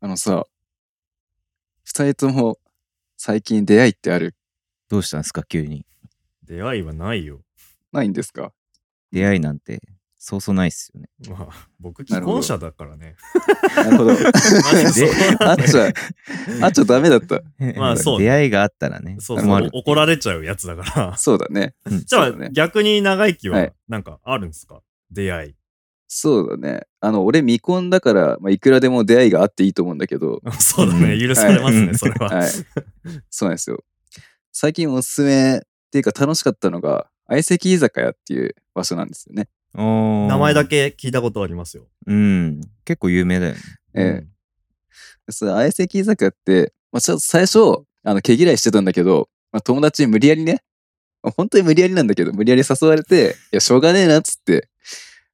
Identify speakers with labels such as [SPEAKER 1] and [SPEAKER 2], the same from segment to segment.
[SPEAKER 1] あのさ、二人とも最近出会いってある
[SPEAKER 2] どうしたんですか急に。
[SPEAKER 3] 出会いはないよ。
[SPEAKER 1] ないんですか
[SPEAKER 2] 出会いなんて、そうそうないっすよね。
[SPEAKER 3] まあ、僕、既婚者だからね。
[SPEAKER 1] なるほど。
[SPEAKER 3] マジ そう
[SPEAKER 1] あっちゃ、あっちゃダメだった。
[SPEAKER 3] まあそう
[SPEAKER 2] 出会いがあったらね。
[SPEAKER 3] そう
[SPEAKER 1] ま
[SPEAKER 3] そ
[SPEAKER 1] あ
[SPEAKER 3] う、怒られちゃうやつだか ら。
[SPEAKER 1] そうだね。
[SPEAKER 3] じゃ
[SPEAKER 1] そ
[SPEAKER 3] あ、
[SPEAKER 1] うだね
[SPEAKER 3] 逆に長生き
[SPEAKER 1] は、
[SPEAKER 3] はいなんかあるんですか、出会い。
[SPEAKER 1] そうだね。あの、俺未婚だから、まあ、いくらでも出会いがあっていいと思うんだけど、
[SPEAKER 3] そうだね、
[SPEAKER 2] う
[SPEAKER 3] 許されます
[SPEAKER 2] は
[SPEAKER 3] ね、
[SPEAKER 2] い
[SPEAKER 3] それは。
[SPEAKER 1] はい。そうなんですよ。最近おすすめっていうか楽しかったのが、相席居酒屋っていう場所なんですよね。
[SPEAKER 2] 名
[SPEAKER 3] 名前だ。け聞いたことありますよ。
[SPEAKER 2] うん。結構有名だよね。
[SPEAKER 1] ええその相席居酒屋って、まあ、ちょっと最初、あの、毛嫌いしてたんだけど、まあ、友達に無理やりね、まあ本当に無理やりなんだけど、無理やり誘われて、いや、しょうがねえなっつって、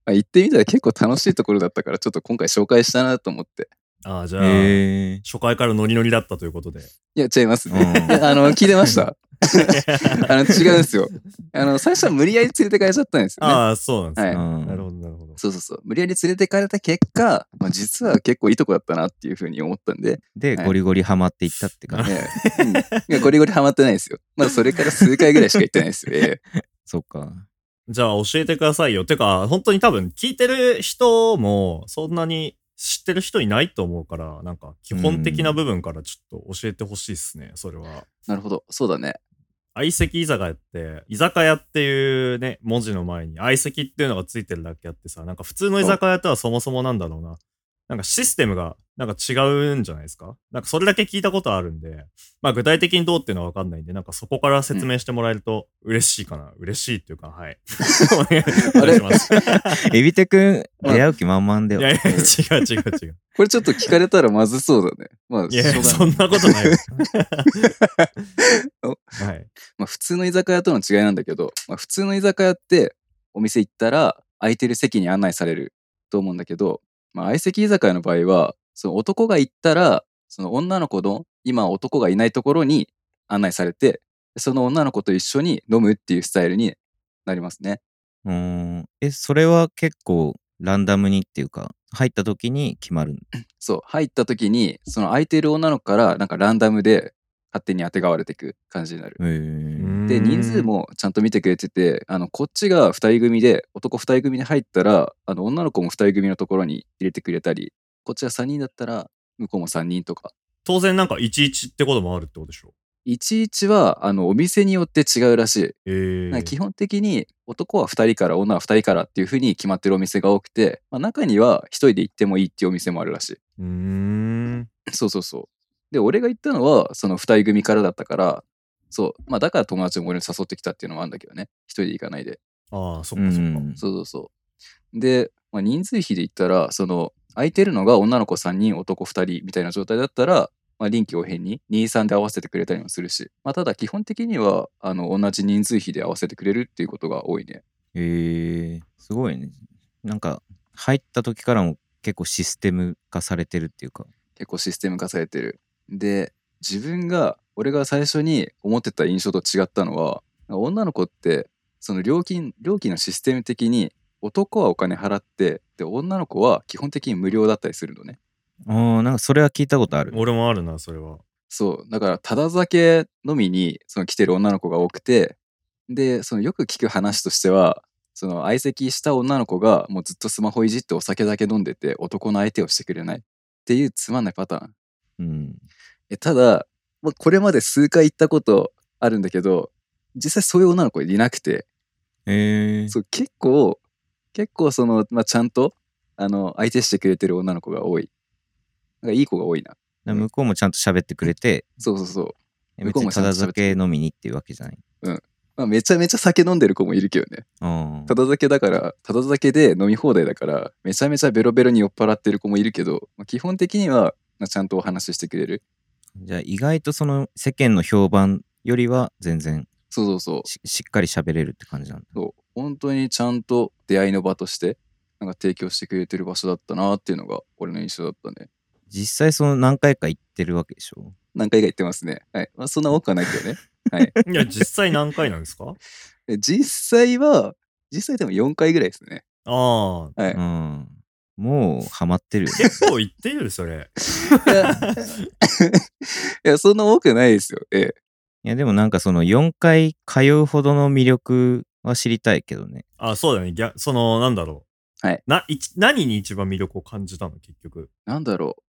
[SPEAKER 1] まあ、行ってみたら結構楽しいところだったから、ちょっと今回紹介したなと思って。
[SPEAKER 3] ああ、じゃあ、
[SPEAKER 2] へえ。
[SPEAKER 3] 初回からノリノリだったということで。
[SPEAKER 1] いや、違います
[SPEAKER 2] う
[SPEAKER 1] ね。
[SPEAKER 2] ん
[SPEAKER 1] あの、聞いてました。あの、違うんですよ。あの、最初は無理やり連れてかれちゃったんですよ、ね。
[SPEAKER 3] ああ、そうなんですね。
[SPEAKER 1] はい。
[SPEAKER 2] うん
[SPEAKER 3] なるほど、なるほど。
[SPEAKER 1] そうそうそう。無理やり連れてかれた結果、まあ、実は結構いいとこだったなっていうふうに思ったんで、
[SPEAKER 2] で、
[SPEAKER 1] はい
[SPEAKER 2] ゴリゴリハマっていったって感じ。
[SPEAKER 1] ねうんいや、ゴリゴリハマってないですよ。まだそれから数回ぐらいしか行ってないですよ。ええ
[SPEAKER 2] そっか。
[SPEAKER 3] じゃあ、教えてくださいよ。てか、本当に多分、聞いてる人も、そんなに知ってる人いないと思うから、なんか、基本的な部分からちょっと教えてほしいですね、それは。
[SPEAKER 1] なるほど。そうだね。
[SPEAKER 3] 相席居酒屋って、居酒屋っていうね、文字の前に相席っていうのがついてるだけあってさ、なんか普通の居酒屋とはそもそもなんだろうな。なんかシステムがなんか違うんじゃないですかなんかそれだけ聞いたことあるんで、まあ具体的にどうっていうのはわかんないんで、なんかそこから説明してもらえると嬉しいかな。嬉しいっていう か、はい。お願いします。い
[SPEAKER 2] エビテ君、
[SPEAKER 1] まあ
[SPEAKER 2] 出会う気満々だ
[SPEAKER 3] や
[SPEAKER 2] よ。
[SPEAKER 3] いや、違う違う違う。
[SPEAKER 1] これちょっと聞かれたらまずそうだね。まあ、
[SPEAKER 3] い
[SPEAKER 1] しょうが
[SPEAKER 3] や、そ
[SPEAKER 1] ない
[SPEAKER 3] んなことないよ。
[SPEAKER 1] お
[SPEAKER 3] はい。
[SPEAKER 1] まあ、普通の居酒屋との違いなんだけど、まあ、普通の居酒屋ってお店行ったら空いてる席に案内されると思うんだけど、まあ、相席居酒屋の場合は、その男が行ったら、その女の子の今男がいないところに案内されて、その女の子と一緒に飲むっていうスタイルになりますね。
[SPEAKER 2] うん。え、それは結構ランダムにっていうか、入った時に決まるの。
[SPEAKER 1] そう、入った時に、その空いてる女の子からなんかランダムで勝手に当てがわれていく感じになる。
[SPEAKER 2] へえ。
[SPEAKER 1] で人数もちゃんと見てくれててあのこっちが2人組で男2人組に入ったらあの女の子も2人組のところに入れてくれたりこっちが3人だったら向こうも3人とか
[SPEAKER 3] 当然なんか11ってこともあるってことでしょ
[SPEAKER 1] 11はあのお店によって違うらしい、
[SPEAKER 3] え
[SPEAKER 1] なんか
[SPEAKER 3] ー
[SPEAKER 1] 基本的に男は2人から女は2人からっていう風に決まってるお店が多くて、まあ、中には1人で行ってもいいっていうお店もあるらしい
[SPEAKER 3] うーん。
[SPEAKER 1] そうそうそうで俺が行ったのはその2人組からだったからそうまあだから友達も俺に誘ってきたっていうのもあるんだけどね1人で行かないで
[SPEAKER 3] ああ、そっ
[SPEAKER 2] う
[SPEAKER 3] かそっか。
[SPEAKER 2] ん。
[SPEAKER 1] そうそうそう。で、まあ、人数比で言ったら、その、空いてるのが女の子3人、男2人みたいな状態だったら、まあ、臨機応変に2、3で合わせてくれたりもするし、まあ、ただ基本的には、あの、同じ人数比で合わせてくれるっていうことが多いね。
[SPEAKER 2] へえ。すごいね。なんか、入った時からも結構システム化されてるっていうか。
[SPEAKER 1] 結構システム化されてる。で、自分が、俺が最初に思ってた印象と違ったのは、女の子って、その料金、料金のシステム的に、男はお金払って、で、女の子は基本的に無料だったりするのね。
[SPEAKER 2] ああ、なんかそれは聞いたことある。
[SPEAKER 3] 俺もあるな、そ れは。
[SPEAKER 1] そう。だから、ただ酒飲みに、その来てる女の子が多くて、で、そのよく聞く話としては、その相席した女の子が、もうずっとスマホいじってお酒だけ飲んでて、男の相手をしてくれないっていうつまんないパターン。
[SPEAKER 2] うん。
[SPEAKER 1] えただ、まあ、これまで数回行ったことあるんだけど、実際そういう女の子いなくて、
[SPEAKER 2] へえ。
[SPEAKER 1] そう結構、結構その、まあ、ちゃんと、あの、相手してくれてる女の子が多い。なんかいい子が多いな。
[SPEAKER 2] だから向こうもちゃんと喋ってくれて、
[SPEAKER 1] そうそうそう。向
[SPEAKER 2] 別
[SPEAKER 1] こう
[SPEAKER 2] に
[SPEAKER 1] もちゃ
[SPEAKER 2] た
[SPEAKER 1] んと喋
[SPEAKER 2] だ
[SPEAKER 1] って
[SPEAKER 2] 酒飲みにっていうわけじゃない。
[SPEAKER 1] まあ、めちゃめちゃ酒飲んでる子もいるけどね。
[SPEAKER 2] あ
[SPEAKER 1] ただ酒だから、ただ酒で飲み放題だから、めちゃめちゃベロベロに酔っ払ってる子もいるけど、まあ基本的には、まあちゃんとお話ししてくれる。
[SPEAKER 2] じゃあ意外とその世間の評判よりは全然
[SPEAKER 1] そうそうそう。
[SPEAKER 2] ししっかり喋れるって感じなんだ。
[SPEAKER 1] そう本当にちゃんと出会いの場として、なんか提供してくれてる場所だったなっていうのが、俺の印象だったね。
[SPEAKER 2] 実際その何回か行ってるわけでしょ
[SPEAKER 1] 何回か言ってますね。はい。まあ、そんな多くはないけどね。
[SPEAKER 3] いや、実際何回なんです か
[SPEAKER 1] で実際は、実際でも4回ぐらいですね。
[SPEAKER 3] ああ、
[SPEAKER 1] はい。
[SPEAKER 2] うん。もうハマってるよね。
[SPEAKER 3] 結構言ってるよそれ。
[SPEAKER 1] いや いや、そんな多くないですよ。ええ。
[SPEAKER 2] いやでもなんかその4回通うほどの魅力は知りたいけどね。
[SPEAKER 3] あ、そうだね。逆その、なんだろう。
[SPEAKER 1] はい。
[SPEAKER 3] な、いち何に一番魅力を感じたの、結局。
[SPEAKER 1] なんだろう。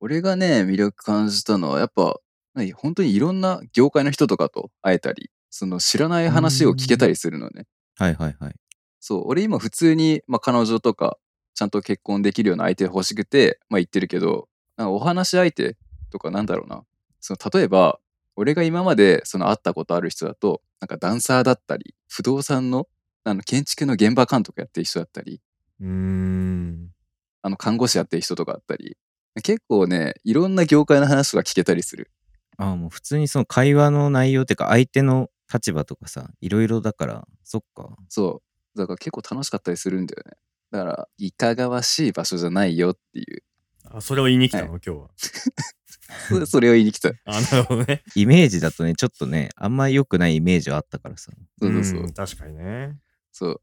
[SPEAKER 1] 俺がね、魅力感じたのは、やっぱ、何本当にいろんな業界の人とかと会えたり、その知らない話を聞けたりするのね。
[SPEAKER 2] はいはいはい。
[SPEAKER 1] そう、俺今普通に、まあ、彼女とか、ちゃんと結婚できるような相手欲しくて、まあ、言ってるけど、なんかお話し相手とかなんだろうな。その例えば、俺が今までその会ったことある人だと、なんかダンサーだったり、不動産の、あの建築の現場監督やってる人だったり、
[SPEAKER 3] うーん。
[SPEAKER 1] あの看護師やってる人とかだったり、結構ね、いろんな業界の話が聞けたりする。
[SPEAKER 2] ああもう普通にその会話の内容っていうか相手の立場とかさ、いろいろだから、そっか。
[SPEAKER 1] そう。だから結構楽しかったりするんだよね。だから、いかがわしい場所じゃないよっていう、
[SPEAKER 3] あ、それを言いに来たの、
[SPEAKER 1] は
[SPEAKER 3] 今日は。
[SPEAKER 1] そ それを言いに来た。
[SPEAKER 3] あ、なるほどね。
[SPEAKER 2] イメージだとね、ちょっとね、あんま良くないイメージはあったからさ。
[SPEAKER 1] そうそうそう。
[SPEAKER 3] ん確かにね。
[SPEAKER 1] そう。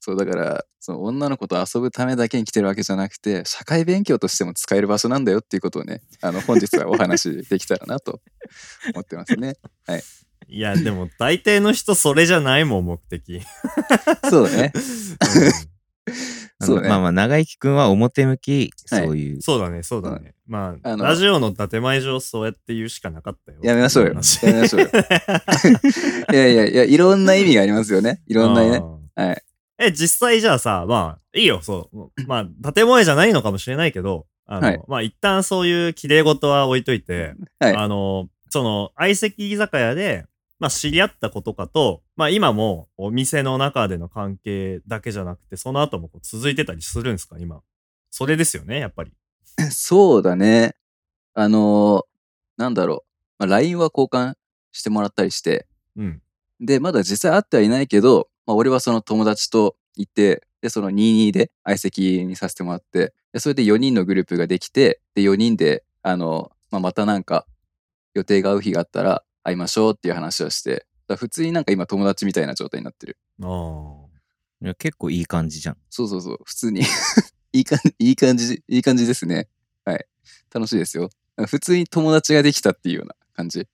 [SPEAKER 1] そうだから、その女の子と遊ぶためだけに来てるわけじゃなくて、社会勉強としても使える場所なんだよっていうことをね、あの、本日はお話しできたらなと思ってますね。
[SPEAKER 3] いや、でも、大抵の人、それじゃないもん、目的。
[SPEAKER 1] そうだね。
[SPEAKER 2] あの
[SPEAKER 1] そうね
[SPEAKER 2] まあまあ、長生きくんは表向き、そういう、
[SPEAKER 3] そうだね、そうだ ね。まあ、
[SPEAKER 1] あの
[SPEAKER 3] ラジオの建前上、そうやって言うしかなかったよ。
[SPEAKER 1] やめましょうよ。
[SPEAKER 3] 話
[SPEAKER 1] やめましょうよ。 いやいやいや、いろんな意味がありますよね。いろんなね。
[SPEAKER 3] あー
[SPEAKER 1] はい
[SPEAKER 3] え、実際じゃあさ、まあ、いいよ、そう。まあ、建前じゃないのかもしれないけど、あの、
[SPEAKER 1] はい
[SPEAKER 3] まあ、一旦そういう綺麗事は置いといて、
[SPEAKER 1] はい
[SPEAKER 3] あの、その、相席居酒屋で、まあ、知り合ったことかと、まあ、今もお店の中での関係だけじゃなくて、その後もこう続いてたりするんですか、今。それですよね、やっぱり。
[SPEAKER 1] そうだね。あのーなんだろう。まあ、LINE は交換してもらったりして、
[SPEAKER 3] うん。
[SPEAKER 1] で、まだ実際会ってはいないけど、まあ、俺はその友達と行って、で、その22で相席にさせてもらって、で、それで4人のグループができて、で、4人で、あの、まあ、またなんか予定が合う日があったら会いましょうっていう話をして、だから普通になんか今友達みたいな状態になってる。
[SPEAKER 3] ああ。
[SPEAKER 2] いや結構いい感じじゃん。
[SPEAKER 1] そうそうそう、普通に いい感じ、いい感じ、いい感じですね。はい。楽しいですよ。なんか普通に友達ができたっていうような感じ。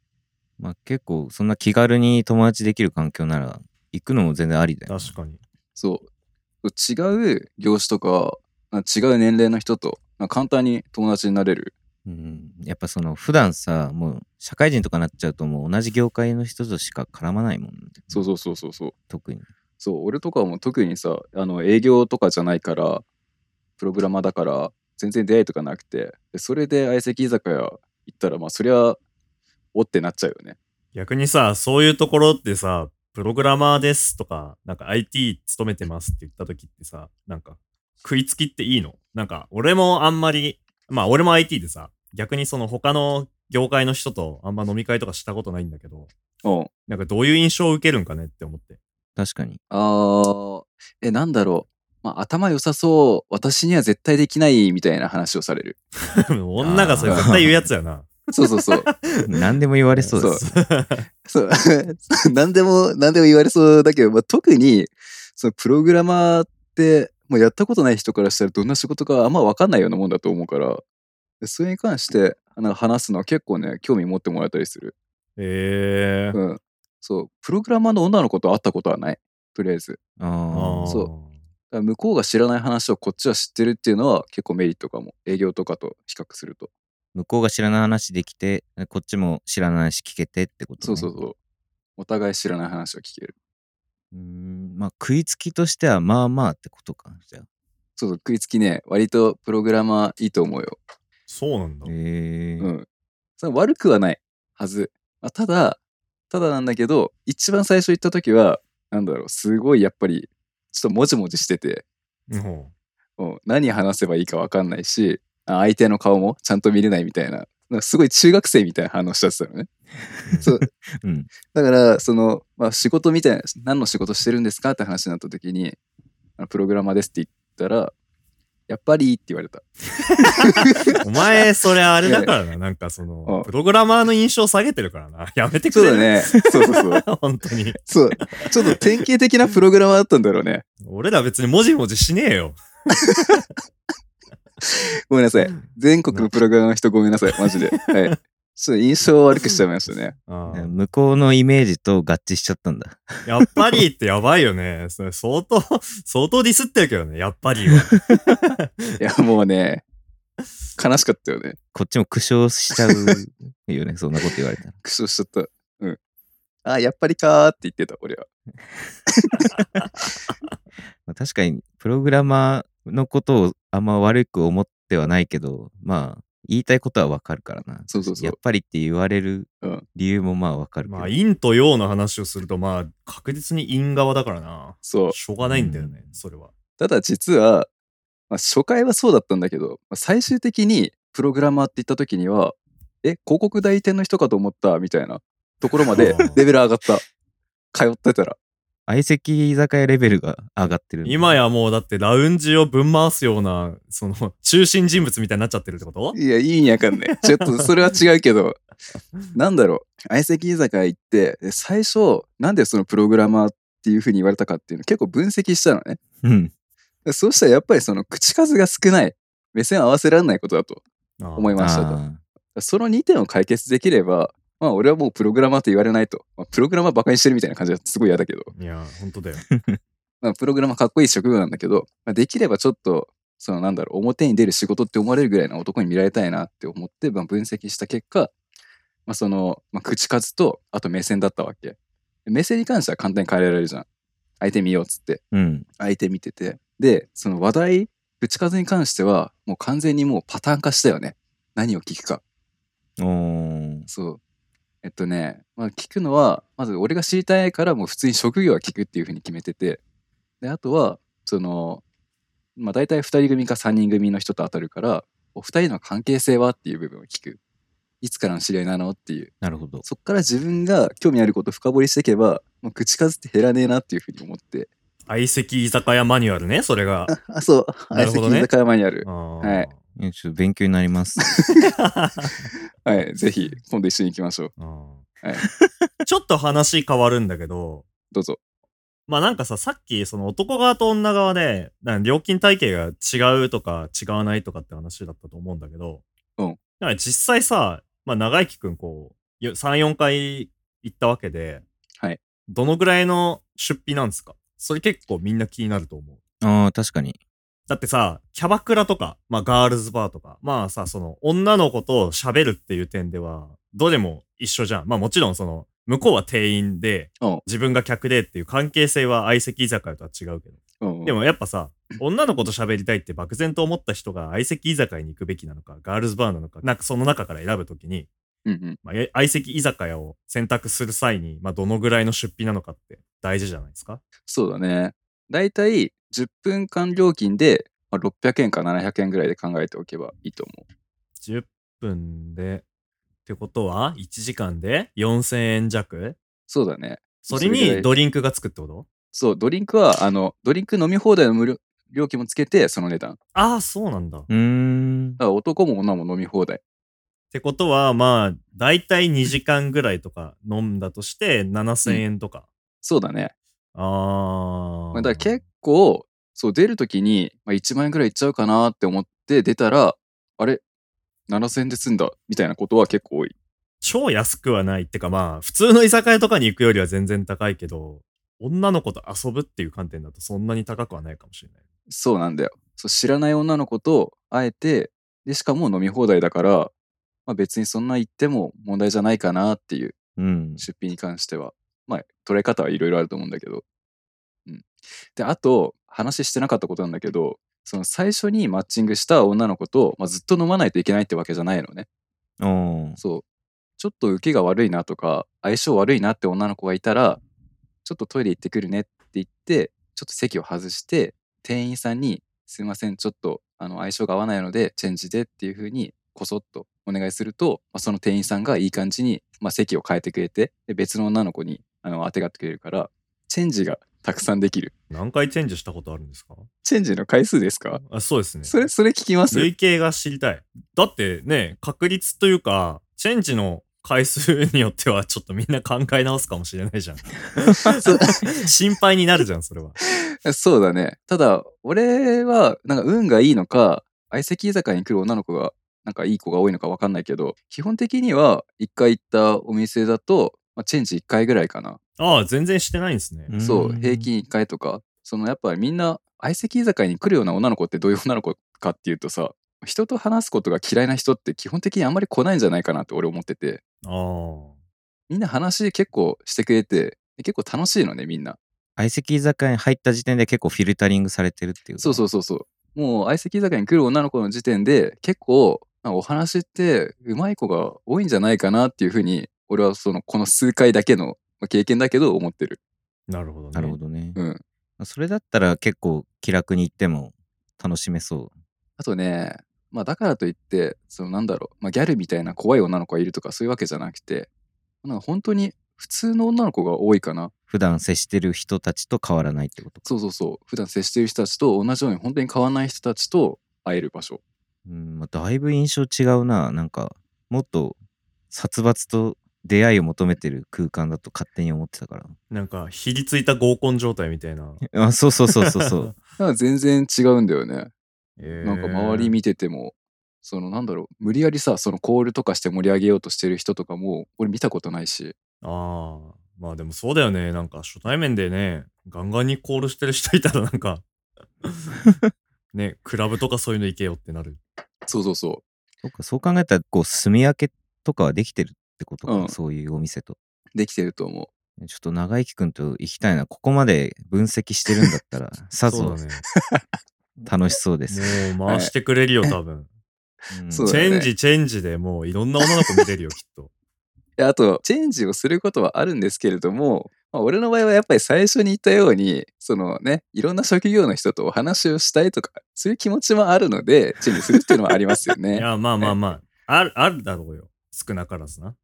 [SPEAKER 2] まあ結構、そんな気軽に友達できる環境なら、行くのも全然ありだよ。
[SPEAKER 3] 確かに。
[SPEAKER 1] そう。違う業種とか、なんか違う年齢の人と、なんか簡単に友達になれる。
[SPEAKER 2] うん、やっぱその普段さもう社会人とかなっちゃうともう同じ業界の人としか絡まないもん、ね、
[SPEAKER 1] そうそうそうそうそう。
[SPEAKER 2] 特に
[SPEAKER 1] そう、俺とかも特にさ、あの営業とかじゃないから、プログラマーだから、全然出会いとかなくて、でそれで相席居酒屋行ったら、まあそりゃ、おってなっちゃうよね。
[SPEAKER 3] 逆にさ、そういうところってさ、プログラマーですとか、なんか IT 勤めてますって言った時ってさ、なんか食いつきっていいのなんか俺もあんまり、まあ俺も IT でさ、逆にその他の業界の人とあんま飲み会とかしたことないんだけど、
[SPEAKER 1] うん。
[SPEAKER 3] なんかどういう印象を受けるんかねって思って。
[SPEAKER 2] 確かに
[SPEAKER 1] ああ、え、なんだろう。まあ、頭良さそう。私には絶対できないみたいな話をされる。
[SPEAKER 3] 女がそれ絶対言うやつやな。
[SPEAKER 1] そうそう そう。
[SPEAKER 2] 何でも言われそうです
[SPEAKER 1] そう。 何でも、何でも言われそうだけど、まあ、特に、そのプログラマーって、もうやったことない人からしたらどんな仕事かあんま分かんないようなもんだと思うから、でそれに関して、なんか話すのは結構ね、興味持ってもらえたりする。
[SPEAKER 3] えー。
[SPEAKER 1] うん。そう。プログラマーの女の子と会ったことはない。とりあえず。
[SPEAKER 2] あ
[SPEAKER 3] あ
[SPEAKER 2] ー
[SPEAKER 3] ー
[SPEAKER 1] そだから向こうが知らない話をこっちは知ってるっていうのは結構メリットかも。営業とかと比較すると。
[SPEAKER 2] 向こうが知らない話できてこっちも知らない話聞けてってこと、
[SPEAKER 1] そ
[SPEAKER 2] ね、
[SPEAKER 1] うそうそう。お互い知らない話を聞ける。
[SPEAKER 2] うーんまあ食いつきとしてはまあまあってことかじゃあ
[SPEAKER 1] そうそう、食いつきね、割とプログラマーいいと思うよ。
[SPEAKER 3] そうなんだ。
[SPEAKER 2] えー
[SPEAKER 1] うん。それ悪くはないはず。まあ、ただ、ただなんだけど、一番最初行った時は、なんだろう、すごいやっぱり、ちょっともじもじしてて、
[SPEAKER 3] うん
[SPEAKER 1] うん、何話せばいいか分かんないし、あ相手の顔もちゃんと見れないみたいな、なんかすごい中学生みたいな反応しちゃってたのね。そう、
[SPEAKER 2] うん
[SPEAKER 1] だから、その、まあ、仕事みたいな、何の仕事してるんですかって話になった時に、あのプログラマーですって言ったら、やっぱりって言われ た。
[SPEAKER 3] お前、それあれだからな。なんかその
[SPEAKER 1] う、ん
[SPEAKER 3] プログラマーの印象下げてるからな。やめてく
[SPEAKER 1] そう
[SPEAKER 3] れ
[SPEAKER 1] だ。ね。そうそうそう。
[SPEAKER 3] 本当に。
[SPEAKER 1] そう。ちょっと典型的なプログラマーだったんだろうね。
[SPEAKER 3] 俺ら別にもじもじしねえよ。
[SPEAKER 1] ごめんなさい。全国のプログラマーの人ごめんな さい。マジで。はい。ちょっと印象悪くしちゃいましたね。
[SPEAKER 3] あー
[SPEAKER 2] 向こうのイメージと合致しちゃったんだ。
[SPEAKER 3] やっぱりってやばいよね。それ相当、相当ディスってるけどね。やっぱりは。
[SPEAKER 1] いや、もうね、悲しかったよね。
[SPEAKER 2] こっちも苦笑しちゃう よね、そんなこと言われたら。
[SPEAKER 1] 苦笑しちゃった。うん。あ、やっぱりかーって言ってた、俺は。
[SPEAKER 2] まあ、確かに、プログラマーのことをあんま悪く思ってはないけど、まあ、言いたいことはわかるからな。
[SPEAKER 1] そうそうそう
[SPEAKER 2] やっぱりって言われる
[SPEAKER 1] うん
[SPEAKER 2] 理由もまあわかるけど。
[SPEAKER 3] まあ、陰と陽の話をすると、まあ、確実に陰側だからな。
[SPEAKER 1] そう。
[SPEAKER 3] しょうがないんだよね、それは。
[SPEAKER 1] ただ実は、まあ、初回はそうだったんだけど、まあ最終的にプログラマーって言った時には、え、広告代理店の人かと思ったみたいなところま で
[SPEAKER 3] あー
[SPEAKER 1] レベル上がった。通ってたら。
[SPEAKER 2] 相席居酒屋レベルが上がってる。
[SPEAKER 3] 今
[SPEAKER 2] や。
[SPEAKER 3] やもうだってラウンジをぶん回すような、その、中心人物みたいになっちゃってるってこと
[SPEAKER 1] いや、いいんやかんね。ちょっとそれは違うけど、 なんだろう。相席居酒屋行って、で最初、なんでそのプログラマーっていうふうに言われたかっていうのを結構分析したのね。
[SPEAKER 2] うん。
[SPEAKER 1] でそうしたらやっぱりその口数が少ない。目線を合わせられないことだと思いましたと。
[SPEAKER 2] あ
[SPEAKER 1] その2点を解決できれば、まあ俺はもうプログラマーと言われないと。まあ、プログラマーバカにしてるみたいな感じはすごい嫌だけど、
[SPEAKER 3] いや、本当だよ。
[SPEAKER 1] まあ、プログラマーかっこいい職業なんだけど、まあ、できればちょっと、そのなんだろう、表に出る仕事って思われるぐらいの男に見られたいなって思って、まあ、分析した結果、まあ、その、まあ、口数と、あと目線だったわけ。で目線に関しては簡単に変えられるじゃん。相手見ようっつって、
[SPEAKER 2] ーうん。
[SPEAKER 1] 相手見てて。で、その話題、口数に関しては、もう完全にもうパターン化したよね。何を聞くか。
[SPEAKER 2] おー
[SPEAKER 1] そう。えっとね、まあ、聞くのは、まず俺が知りたいから、もう普通に職業は聞くっていうふうに決めてて、で、あとは、その、まあ、大体2人組か3人組の人と当たるから、お二人の関係性はっていう部分を聞く。いつからの知り合いなのっていう。
[SPEAKER 2] なるほど。
[SPEAKER 1] そっから自分が興味あることを深掘りしていけば、もう口数って減らねえなっていうふうに思って。
[SPEAKER 3] 相席居酒屋マニュアルね、それが。
[SPEAKER 1] あ、そう。
[SPEAKER 3] なる
[SPEAKER 1] 相
[SPEAKER 3] ほど
[SPEAKER 1] 席
[SPEAKER 3] ね
[SPEAKER 1] 居酒屋マニュアル。。
[SPEAKER 3] はい
[SPEAKER 2] えちょっと勉強にな ります。
[SPEAKER 1] はい。ぜひ、今度一緒に行きましょう。は
[SPEAKER 3] ちょっと話変わるんだけど、
[SPEAKER 1] どうぞ。
[SPEAKER 3] まあなんかさ、さっきその男側と女側で、なんか料金体系が違うとか違わないとかって話だったと思うんだけど、
[SPEAKER 1] うん。
[SPEAKER 3] だから実際さ、まあ長生きくんこう、よ3、4回行ったわけで、
[SPEAKER 1] はい。
[SPEAKER 3] どのぐらいの出費なんですかそれ結構みんな気になると思う。
[SPEAKER 2] ああ、確かに。
[SPEAKER 3] だってさ、キャバクラとか、まあガールズバーとか、まあさ、その女の子と喋るっていう点では、どれも一緒じゃん。まあもちろんその、向こうは店員で
[SPEAKER 1] うん、
[SPEAKER 3] 自分が客でっていう関係性は相席居酒屋とは違うけど。
[SPEAKER 1] うん
[SPEAKER 3] でもやっぱさ、女の子と喋りたいって漠然と思った人が相席居酒屋に行くべきなのか、ガールズバーなのか、なんかその中から選ぶときに、
[SPEAKER 1] うんうん。
[SPEAKER 3] まあ、や相席居酒屋を選択する際に、まあどのぐらいの出費なのかって大事じゃないですか。
[SPEAKER 1] そうだね。だいたい10分間料金で、まあ、600円か700円ぐらいで考えておけばいいと思う。
[SPEAKER 3] 10分で、ってことは、1時間で4000円弱
[SPEAKER 1] そうだね。
[SPEAKER 3] それ
[SPEAKER 1] それぐら
[SPEAKER 3] に
[SPEAKER 1] い
[SPEAKER 3] ドリンクがつくってこと
[SPEAKER 1] そう、ドリンクは、あの、ドリンク飲み放題の無料料金もつけて、その値段。だか
[SPEAKER 3] ああ、そうなんだ。っ
[SPEAKER 2] うーん。
[SPEAKER 1] ら男も女も飲み放題。
[SPEAKER 3] てことは、まあ、だいたい2時間ぐらいとか飲んだとして、7000円とか。
[SPEAKER 1] そうだね。
[SPEAKER 3] ああ。
[SPEAKER 1] まあ、だから結構、そう、出るときに、まあ、1万円ぐらいいっちゃうかなって思って出たら、あれ ?7000 円で済んだみたいなことは結構多い。
[SPEAKER 3] 超安くはない。ってかまあ、普通の居酒屋とかに行くよりは全然高いけど、女の子と遊ぶっていう観点だとそんなに高くはないかもしれない。
[SPEAKER 1] そうなんだよ。そう知らない女の子と会えて、で、しかも飲み放題だから、まあ、別にそんな言っても問題じゃないかなっていう。
[SPEAKER 2] うん。
[SPEAKER 1] 出費に関しては。まあ、捉え方はいろいろあると思うんだけど。うん。で、あと、話してなかったことなんだけど、その最初にマッチングした女の子と、まあ、ずっと飲まないといけないってわけじゃないのね。
[SPEAKER 2] おー
[SPEAKER 1] そう。ちょっと受けが悪いなとか、相性悪いなって女の子がいたら、ちょっとトイレ行ってくるねって言って、ちょっと席を外して、店員さんに、すいません、ちょっと、あの、相性が合わないので、チェンジでっていうふうに、こそっとお願いすると、まあ、その店員さんがいい感じに、まあ、席を変えてくれて、で別の女の子に、あの、当てがってくれるから、チェンジがたくさんできる。
[SPEAKER 3] 何回チェンジしたことあるんですか
[SPEAKER 1] チェンジの回数ですか
[SPEAKER 3] あそうですね。
[SPEAKER 1] それ、それ聞きます
[SPEAKER 3] 累計が知りたい。だってね、確率というか、チェンジの回数によってはちょっとみんな考え直すかもしれないじゃん。心配になるじゃん、それは。
[SPEAKER 1] そうだね。ただ、俺は、なんか運がいいのか、相席居酒屋に来る女の子がなんかいい子が多いのか分かんないけど基本的には1回行ったお店だと、まあ、チェンジ1回ぐらいかな、
[SPEAKER 3] ああ、全然してないんですね。
[SPEAKER 2] うん
[SPEAKER 1] そう平均1回とかそのやっぱりみんな相席居酒屋に来るような女の子ってどういう女の子かっていうとさ人と話すことが嫌いな人って基本的にあんまり来ないんじゃないかなって俺思ってて
[SPEAKER 3] ああ。
[SPEAKER 1] みんな話結構してくれてで結構楽しいのねみんな
[SPEAKER 2] 相席居酒屋に入った時点で結構フィルタリングされてるっていう
[SPEAKER 1] そうそううそうそう。もう相席居酒屋に来る女の子の時点で結構なんかお話ってうまい子が多いんじゃないかなっていうふうに俺はそのこの数回だけのまあ経験だけど思ってる。
[SPEAKER 3] なるほどね。
[SPEAKER 2] なるほどね、
[SPEAKER 1] うん。
[SPEAKER 2] それだったら結構気楽に行っても楽しめそ
[SPEAKER 1] あとね、まあだからといってそのなんだろう、まあ、ギャルみたいな怖い女の子がいるとかそういうわけじゃなくてなんか本当に普通の女の子が多いかな。
[SPEAKER 2] う普段接してる人たちと変わらないってことか
[SPEAKER 1] そうそうそう。普段接してる人たちと同じように本当に変わらない人たちと会える場所。
[SPEAKER 2] うん、まあ、だいぶ印象違うななんかもっと殺伐と出会いを求めてる空間だと勝手に思ってたか
[SPEAKER 3] なんか、ひりついた合コン状態みたいな。
[SPEAKER 2] ら あそうそうそうそうそう
[SPEAKER 1] だから全然違うんだよね。な
[SPEAKER 3] なん
[SPEAKER 1] か周り見てても、そのなんだろう、無理やりさ、そのコールとかして盛り上げようとしてる人とかも、俺見たことないし、
[SPEAKER 3] ああ。まあでもそうだよね。なんか初対面でね、ガンガンにコールしてる人いたらなんか、ね、クラブとかそういうの行けよってなる。
[SPEAKER 1] そうそうそ
[SPEAKER 2] そうかそう考えたらこう住み分けとかはできてるってことか、
[SPEAKER 1] うん
[SPEAKER 2] そういうお店と
[SPEAKER 1] う、できてると思う。
[SPEAKER 2] ちょっと長生きくんと行きたいなここまで分析してるん だったらさ
[SPEAKER 3] そ
[SPEAKER 2] ぞ
[SPEAKER 3] うだね。
[SPEAKER 2] 楽しそうです、
[SPEAKER 3] もう回してくれるよ、多分。
[SPEAKER 2] うん
[SPEAKER 1] そう
[SPEAKER 3] チ
[SPEAKER 1] だよね
[SPEAKER 3] ェンジ、チェンジでもういろんな女の子見れるよ、きっと。
[SPEAKER 1] であと、チェンジをすることはあるんですけれども、まあ、俺の場合はやっぱり最初に言ったように、そのね、いろんな職業の人とお話をしたいとか、そういう気持ちもあるので、チェンジするっていうのはありますよ
[SPEAKER 3] い
[SPEAKER 1] ね。
[SPEAKER 3] や、まあまあまあ。ある、あるだろうよ。少なからずな。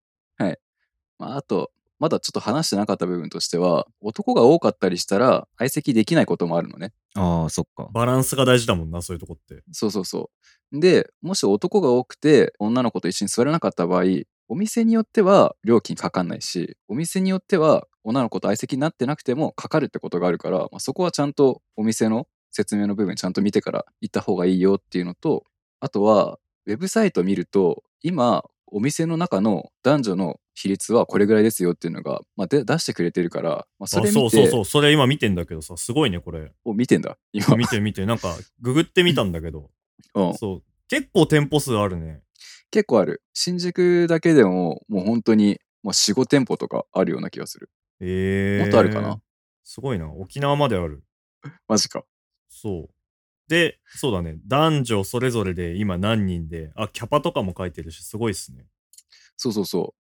[SPEAKER 1] まあ、あと、まだちょっと話してなかった部分としては、男が多かったりしたら、相席できないこともあるのね。
[SPEAKER 2] ああそっか
[SPEAKER 3] バランスが大事だもんな、そういうとこって。
[SPEAKER 1] そうそうそう。で、もし男が多くて、女の子と一緒に座れなかった場合、お店によっては料金かかんないし、お店によっては女の子と相席になってなくてもかかるってことがあるから、まあ、そこはちゃんとお店の説明の部分ちゃんと見てから行った方がいいよっていうのと、あとは、ウェブサイト見ると、今、お店の中の男女の比率はこれぐらいですよっていうのが、まあ、で出してくれてるから、まあ、それ
[SPEAKER 3] あそ
[SPEAKER 1] 見
[SPEAKER 3] うそう
[SPEAKER 1] て
[SPEAKER 3] そう。それ今見てんだけどさ、すごいね、これ。
[SPEAKER 1] お見てんだ今、
[SPEAKER 3] 見て見て。なんか、ググってみたんだけど。
[SPEAKER 1] うん、
[SPEAKER 3] そう。結構店舗数あるね。
[SPEAKER 1] 結構ある新宿だけでももう本当にもう45店舗とかあるような気がする
[SPEAKER 3] ええ
[SPEAKER 1] もっとあるかな
[SPEAKER 3] すごいな。沖縄まである。
[SPEAKER 1] マジか
[SPEAKER 3] そう。で、そうだね。男女それぞれで今何人で、あ、キャパとかも書いてるし、すごいっすね。
[SPEAKER 1] そうそうそう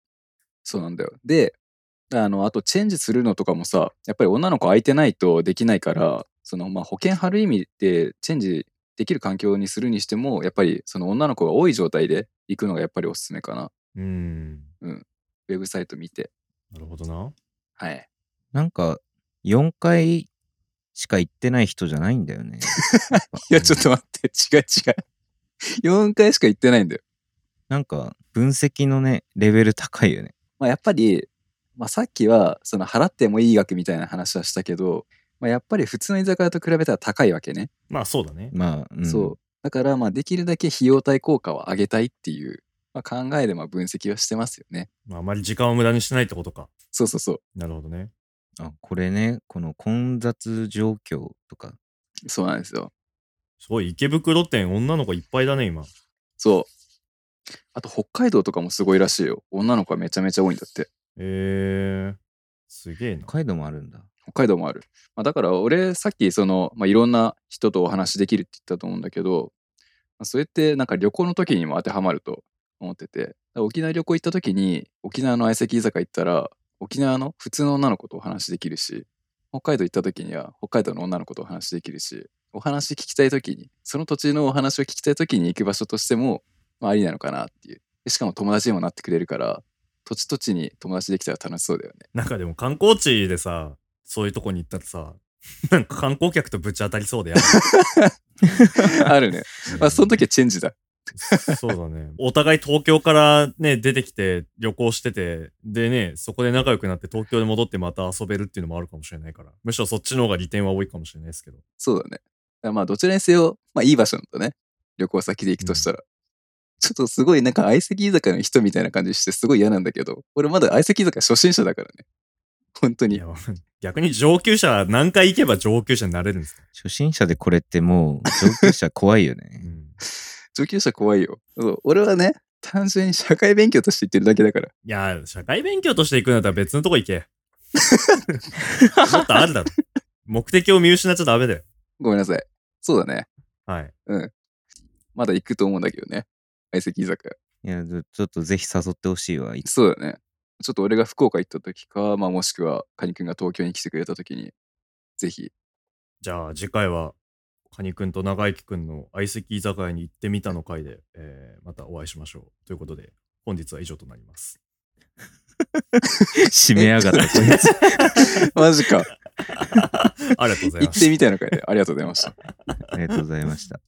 [SPEAKER 1] そうなんだよであのあとチェンジするのとかもさやっぱり女の子空いてないとできないからそのまあ保険張る意味でチェンジできる環境にするにしてもやっぱりその女の子が多い状態で行くのがやっぱりおすすめかな
[SPEAKER 3] うーん。
[SPEAKER 1] ウェブサイト見て
[SPEAKER 3] なるほどな。
[SPEAKER 1] はい
[SPEAKER 2] なんか4回しか行ってない人じゃないんだよね
[SPEAKER 1] いやちょっと待って違う違う4回しか行ってないんだよ
[SPEAKER 2] なんか分析のねレベル高いよね
[SPEAKER 1] まあ、やっぱり、まあ、さっきはその払ってもいい額みたいな話はしたけど、まあ、やっぱり普通の居酒屋と比べたら高いわけね、
[SPEAKER 3] まあそうだね。
[SPEAKER 2] まあ、うん
[SPEAKER 1] そうだからまあできるだけ費用対効果を上げたいっていう、まあ、考えでまあ分析はしてますよね
[SPEAKER 3] まあ、あまり時間を無駄にしないってことか。
[SPEAKER 1] そうそうそう
[SPEAKER 3] なるほどね。
[SPEAKER 2] あこれねこの混雑状況とか
[SPEAKER 1] そうなんですよ
[SPEAKER 3] すごい、池袋店、女の子いっぱいだね、今。
[SPEAKER 1] そうあと北海道とかもすごいらしいよ女の子はめちゃめちゃ多いんだって
[SPEAKER 3] えー、すげえな。
[SPEAKER 2] 北海道もあるんだ
[SPEAKER 1] 北海道もある、まあ、だから俺さっきその、まあ、いろんな人とお話しできるって言ったと思うんだけど、まあそれってなんか旅行の時にも当てはまると思っててだから沖縄旅行行った時に沖縄の相席居酒屋行ったら沖縄の普通の女の子とお話しできるし北海道行った時には北海道の女の子とお話しできるしお話聞きたい時にその土地のお話を聞きたい時に行く場所としても、まあ、ありなのかなっていうでしかも友達にもなってくれるから土地土地に友達できたら楽しそうだよね
[SPEAKER 3] なんかでも観光地でさ、そういうとこに行ったらさ、 なんか観光客とぶち当たりそうでやだ
[SPEAKER 1] あるね、 まあ、その時はチェンジだ
[SPEAKER 3] そうだね。お互い東京からね、出てきて旅行してて、でね、そこで仲良くなって東京で戻ってまた遊べるっていうのもあるかもしれないから。むしろそっちの方が利点は多いかもしれないですけど。
[SPEAKER 1] そうだね。だからまあ、どちらにせよ、まあ、いい場所なんだね。旅行先で行くとしたら。ちょっとすごいなんか相席居酒屋の人みたいな感じしてすごい嫌なんだけど、俺まだ相席居酒屋初心者だからね。本当
[SPEAKER 3] い
[SPEAKER 1] に。
[SPEAKER 3] や逆に上級者、何回行けば上級者になれるんですか、
[SPEAKER 2] 初心者でこれってもう、上級者怖いよ
[SPEAKER 3] う
[SPEAKER 2] ね。
[SPEAKER 3] ん、
[SPEAKER 1] 上級者怖いよ。そう俺はね、単純に社会勉強として言ってるだけだから。
[SPEAKER 3] いや、社会勉強として行くんだったら別のとこ行け。もっとあるだろ。目的を見失っちゃダメだよ。
[SPEAKER 1] ごめんなさい。そうだね。
[SPEAKER 3] はい。
[SPEAKER 1] まだ行くと思うんだけどね。相席居酒屋。
[SPEAKER 2] いや、 ちょちょっとぜひ誘ってほし いわ。い
[SPEAKER 1] そうだね。ちょっと俺が福岡行った時か、まあもしくはカニ君が東京に来てくれた時に、ぜひ。
[SPEAKER 3] じゃあ次回は、カニくんと長生きくんの相席居酒屋に行ってみたの回で、えーまたお会いしましょう。ということで、本日は以上となります。
[SPEAKER 2] 締めやがった、こいつ。
[SPEAKER 1] マジか。
[SPEAKER 3] ありがとうござい
[SPEAKER 1] 行
[SPEAKER 3] ま
[SPEAKER 1] っ
[SPEAKER 3] す
[SPEAKER 1] て。みたいな会でありがとうございました。
[SPEAKER 2] ありがとうございました。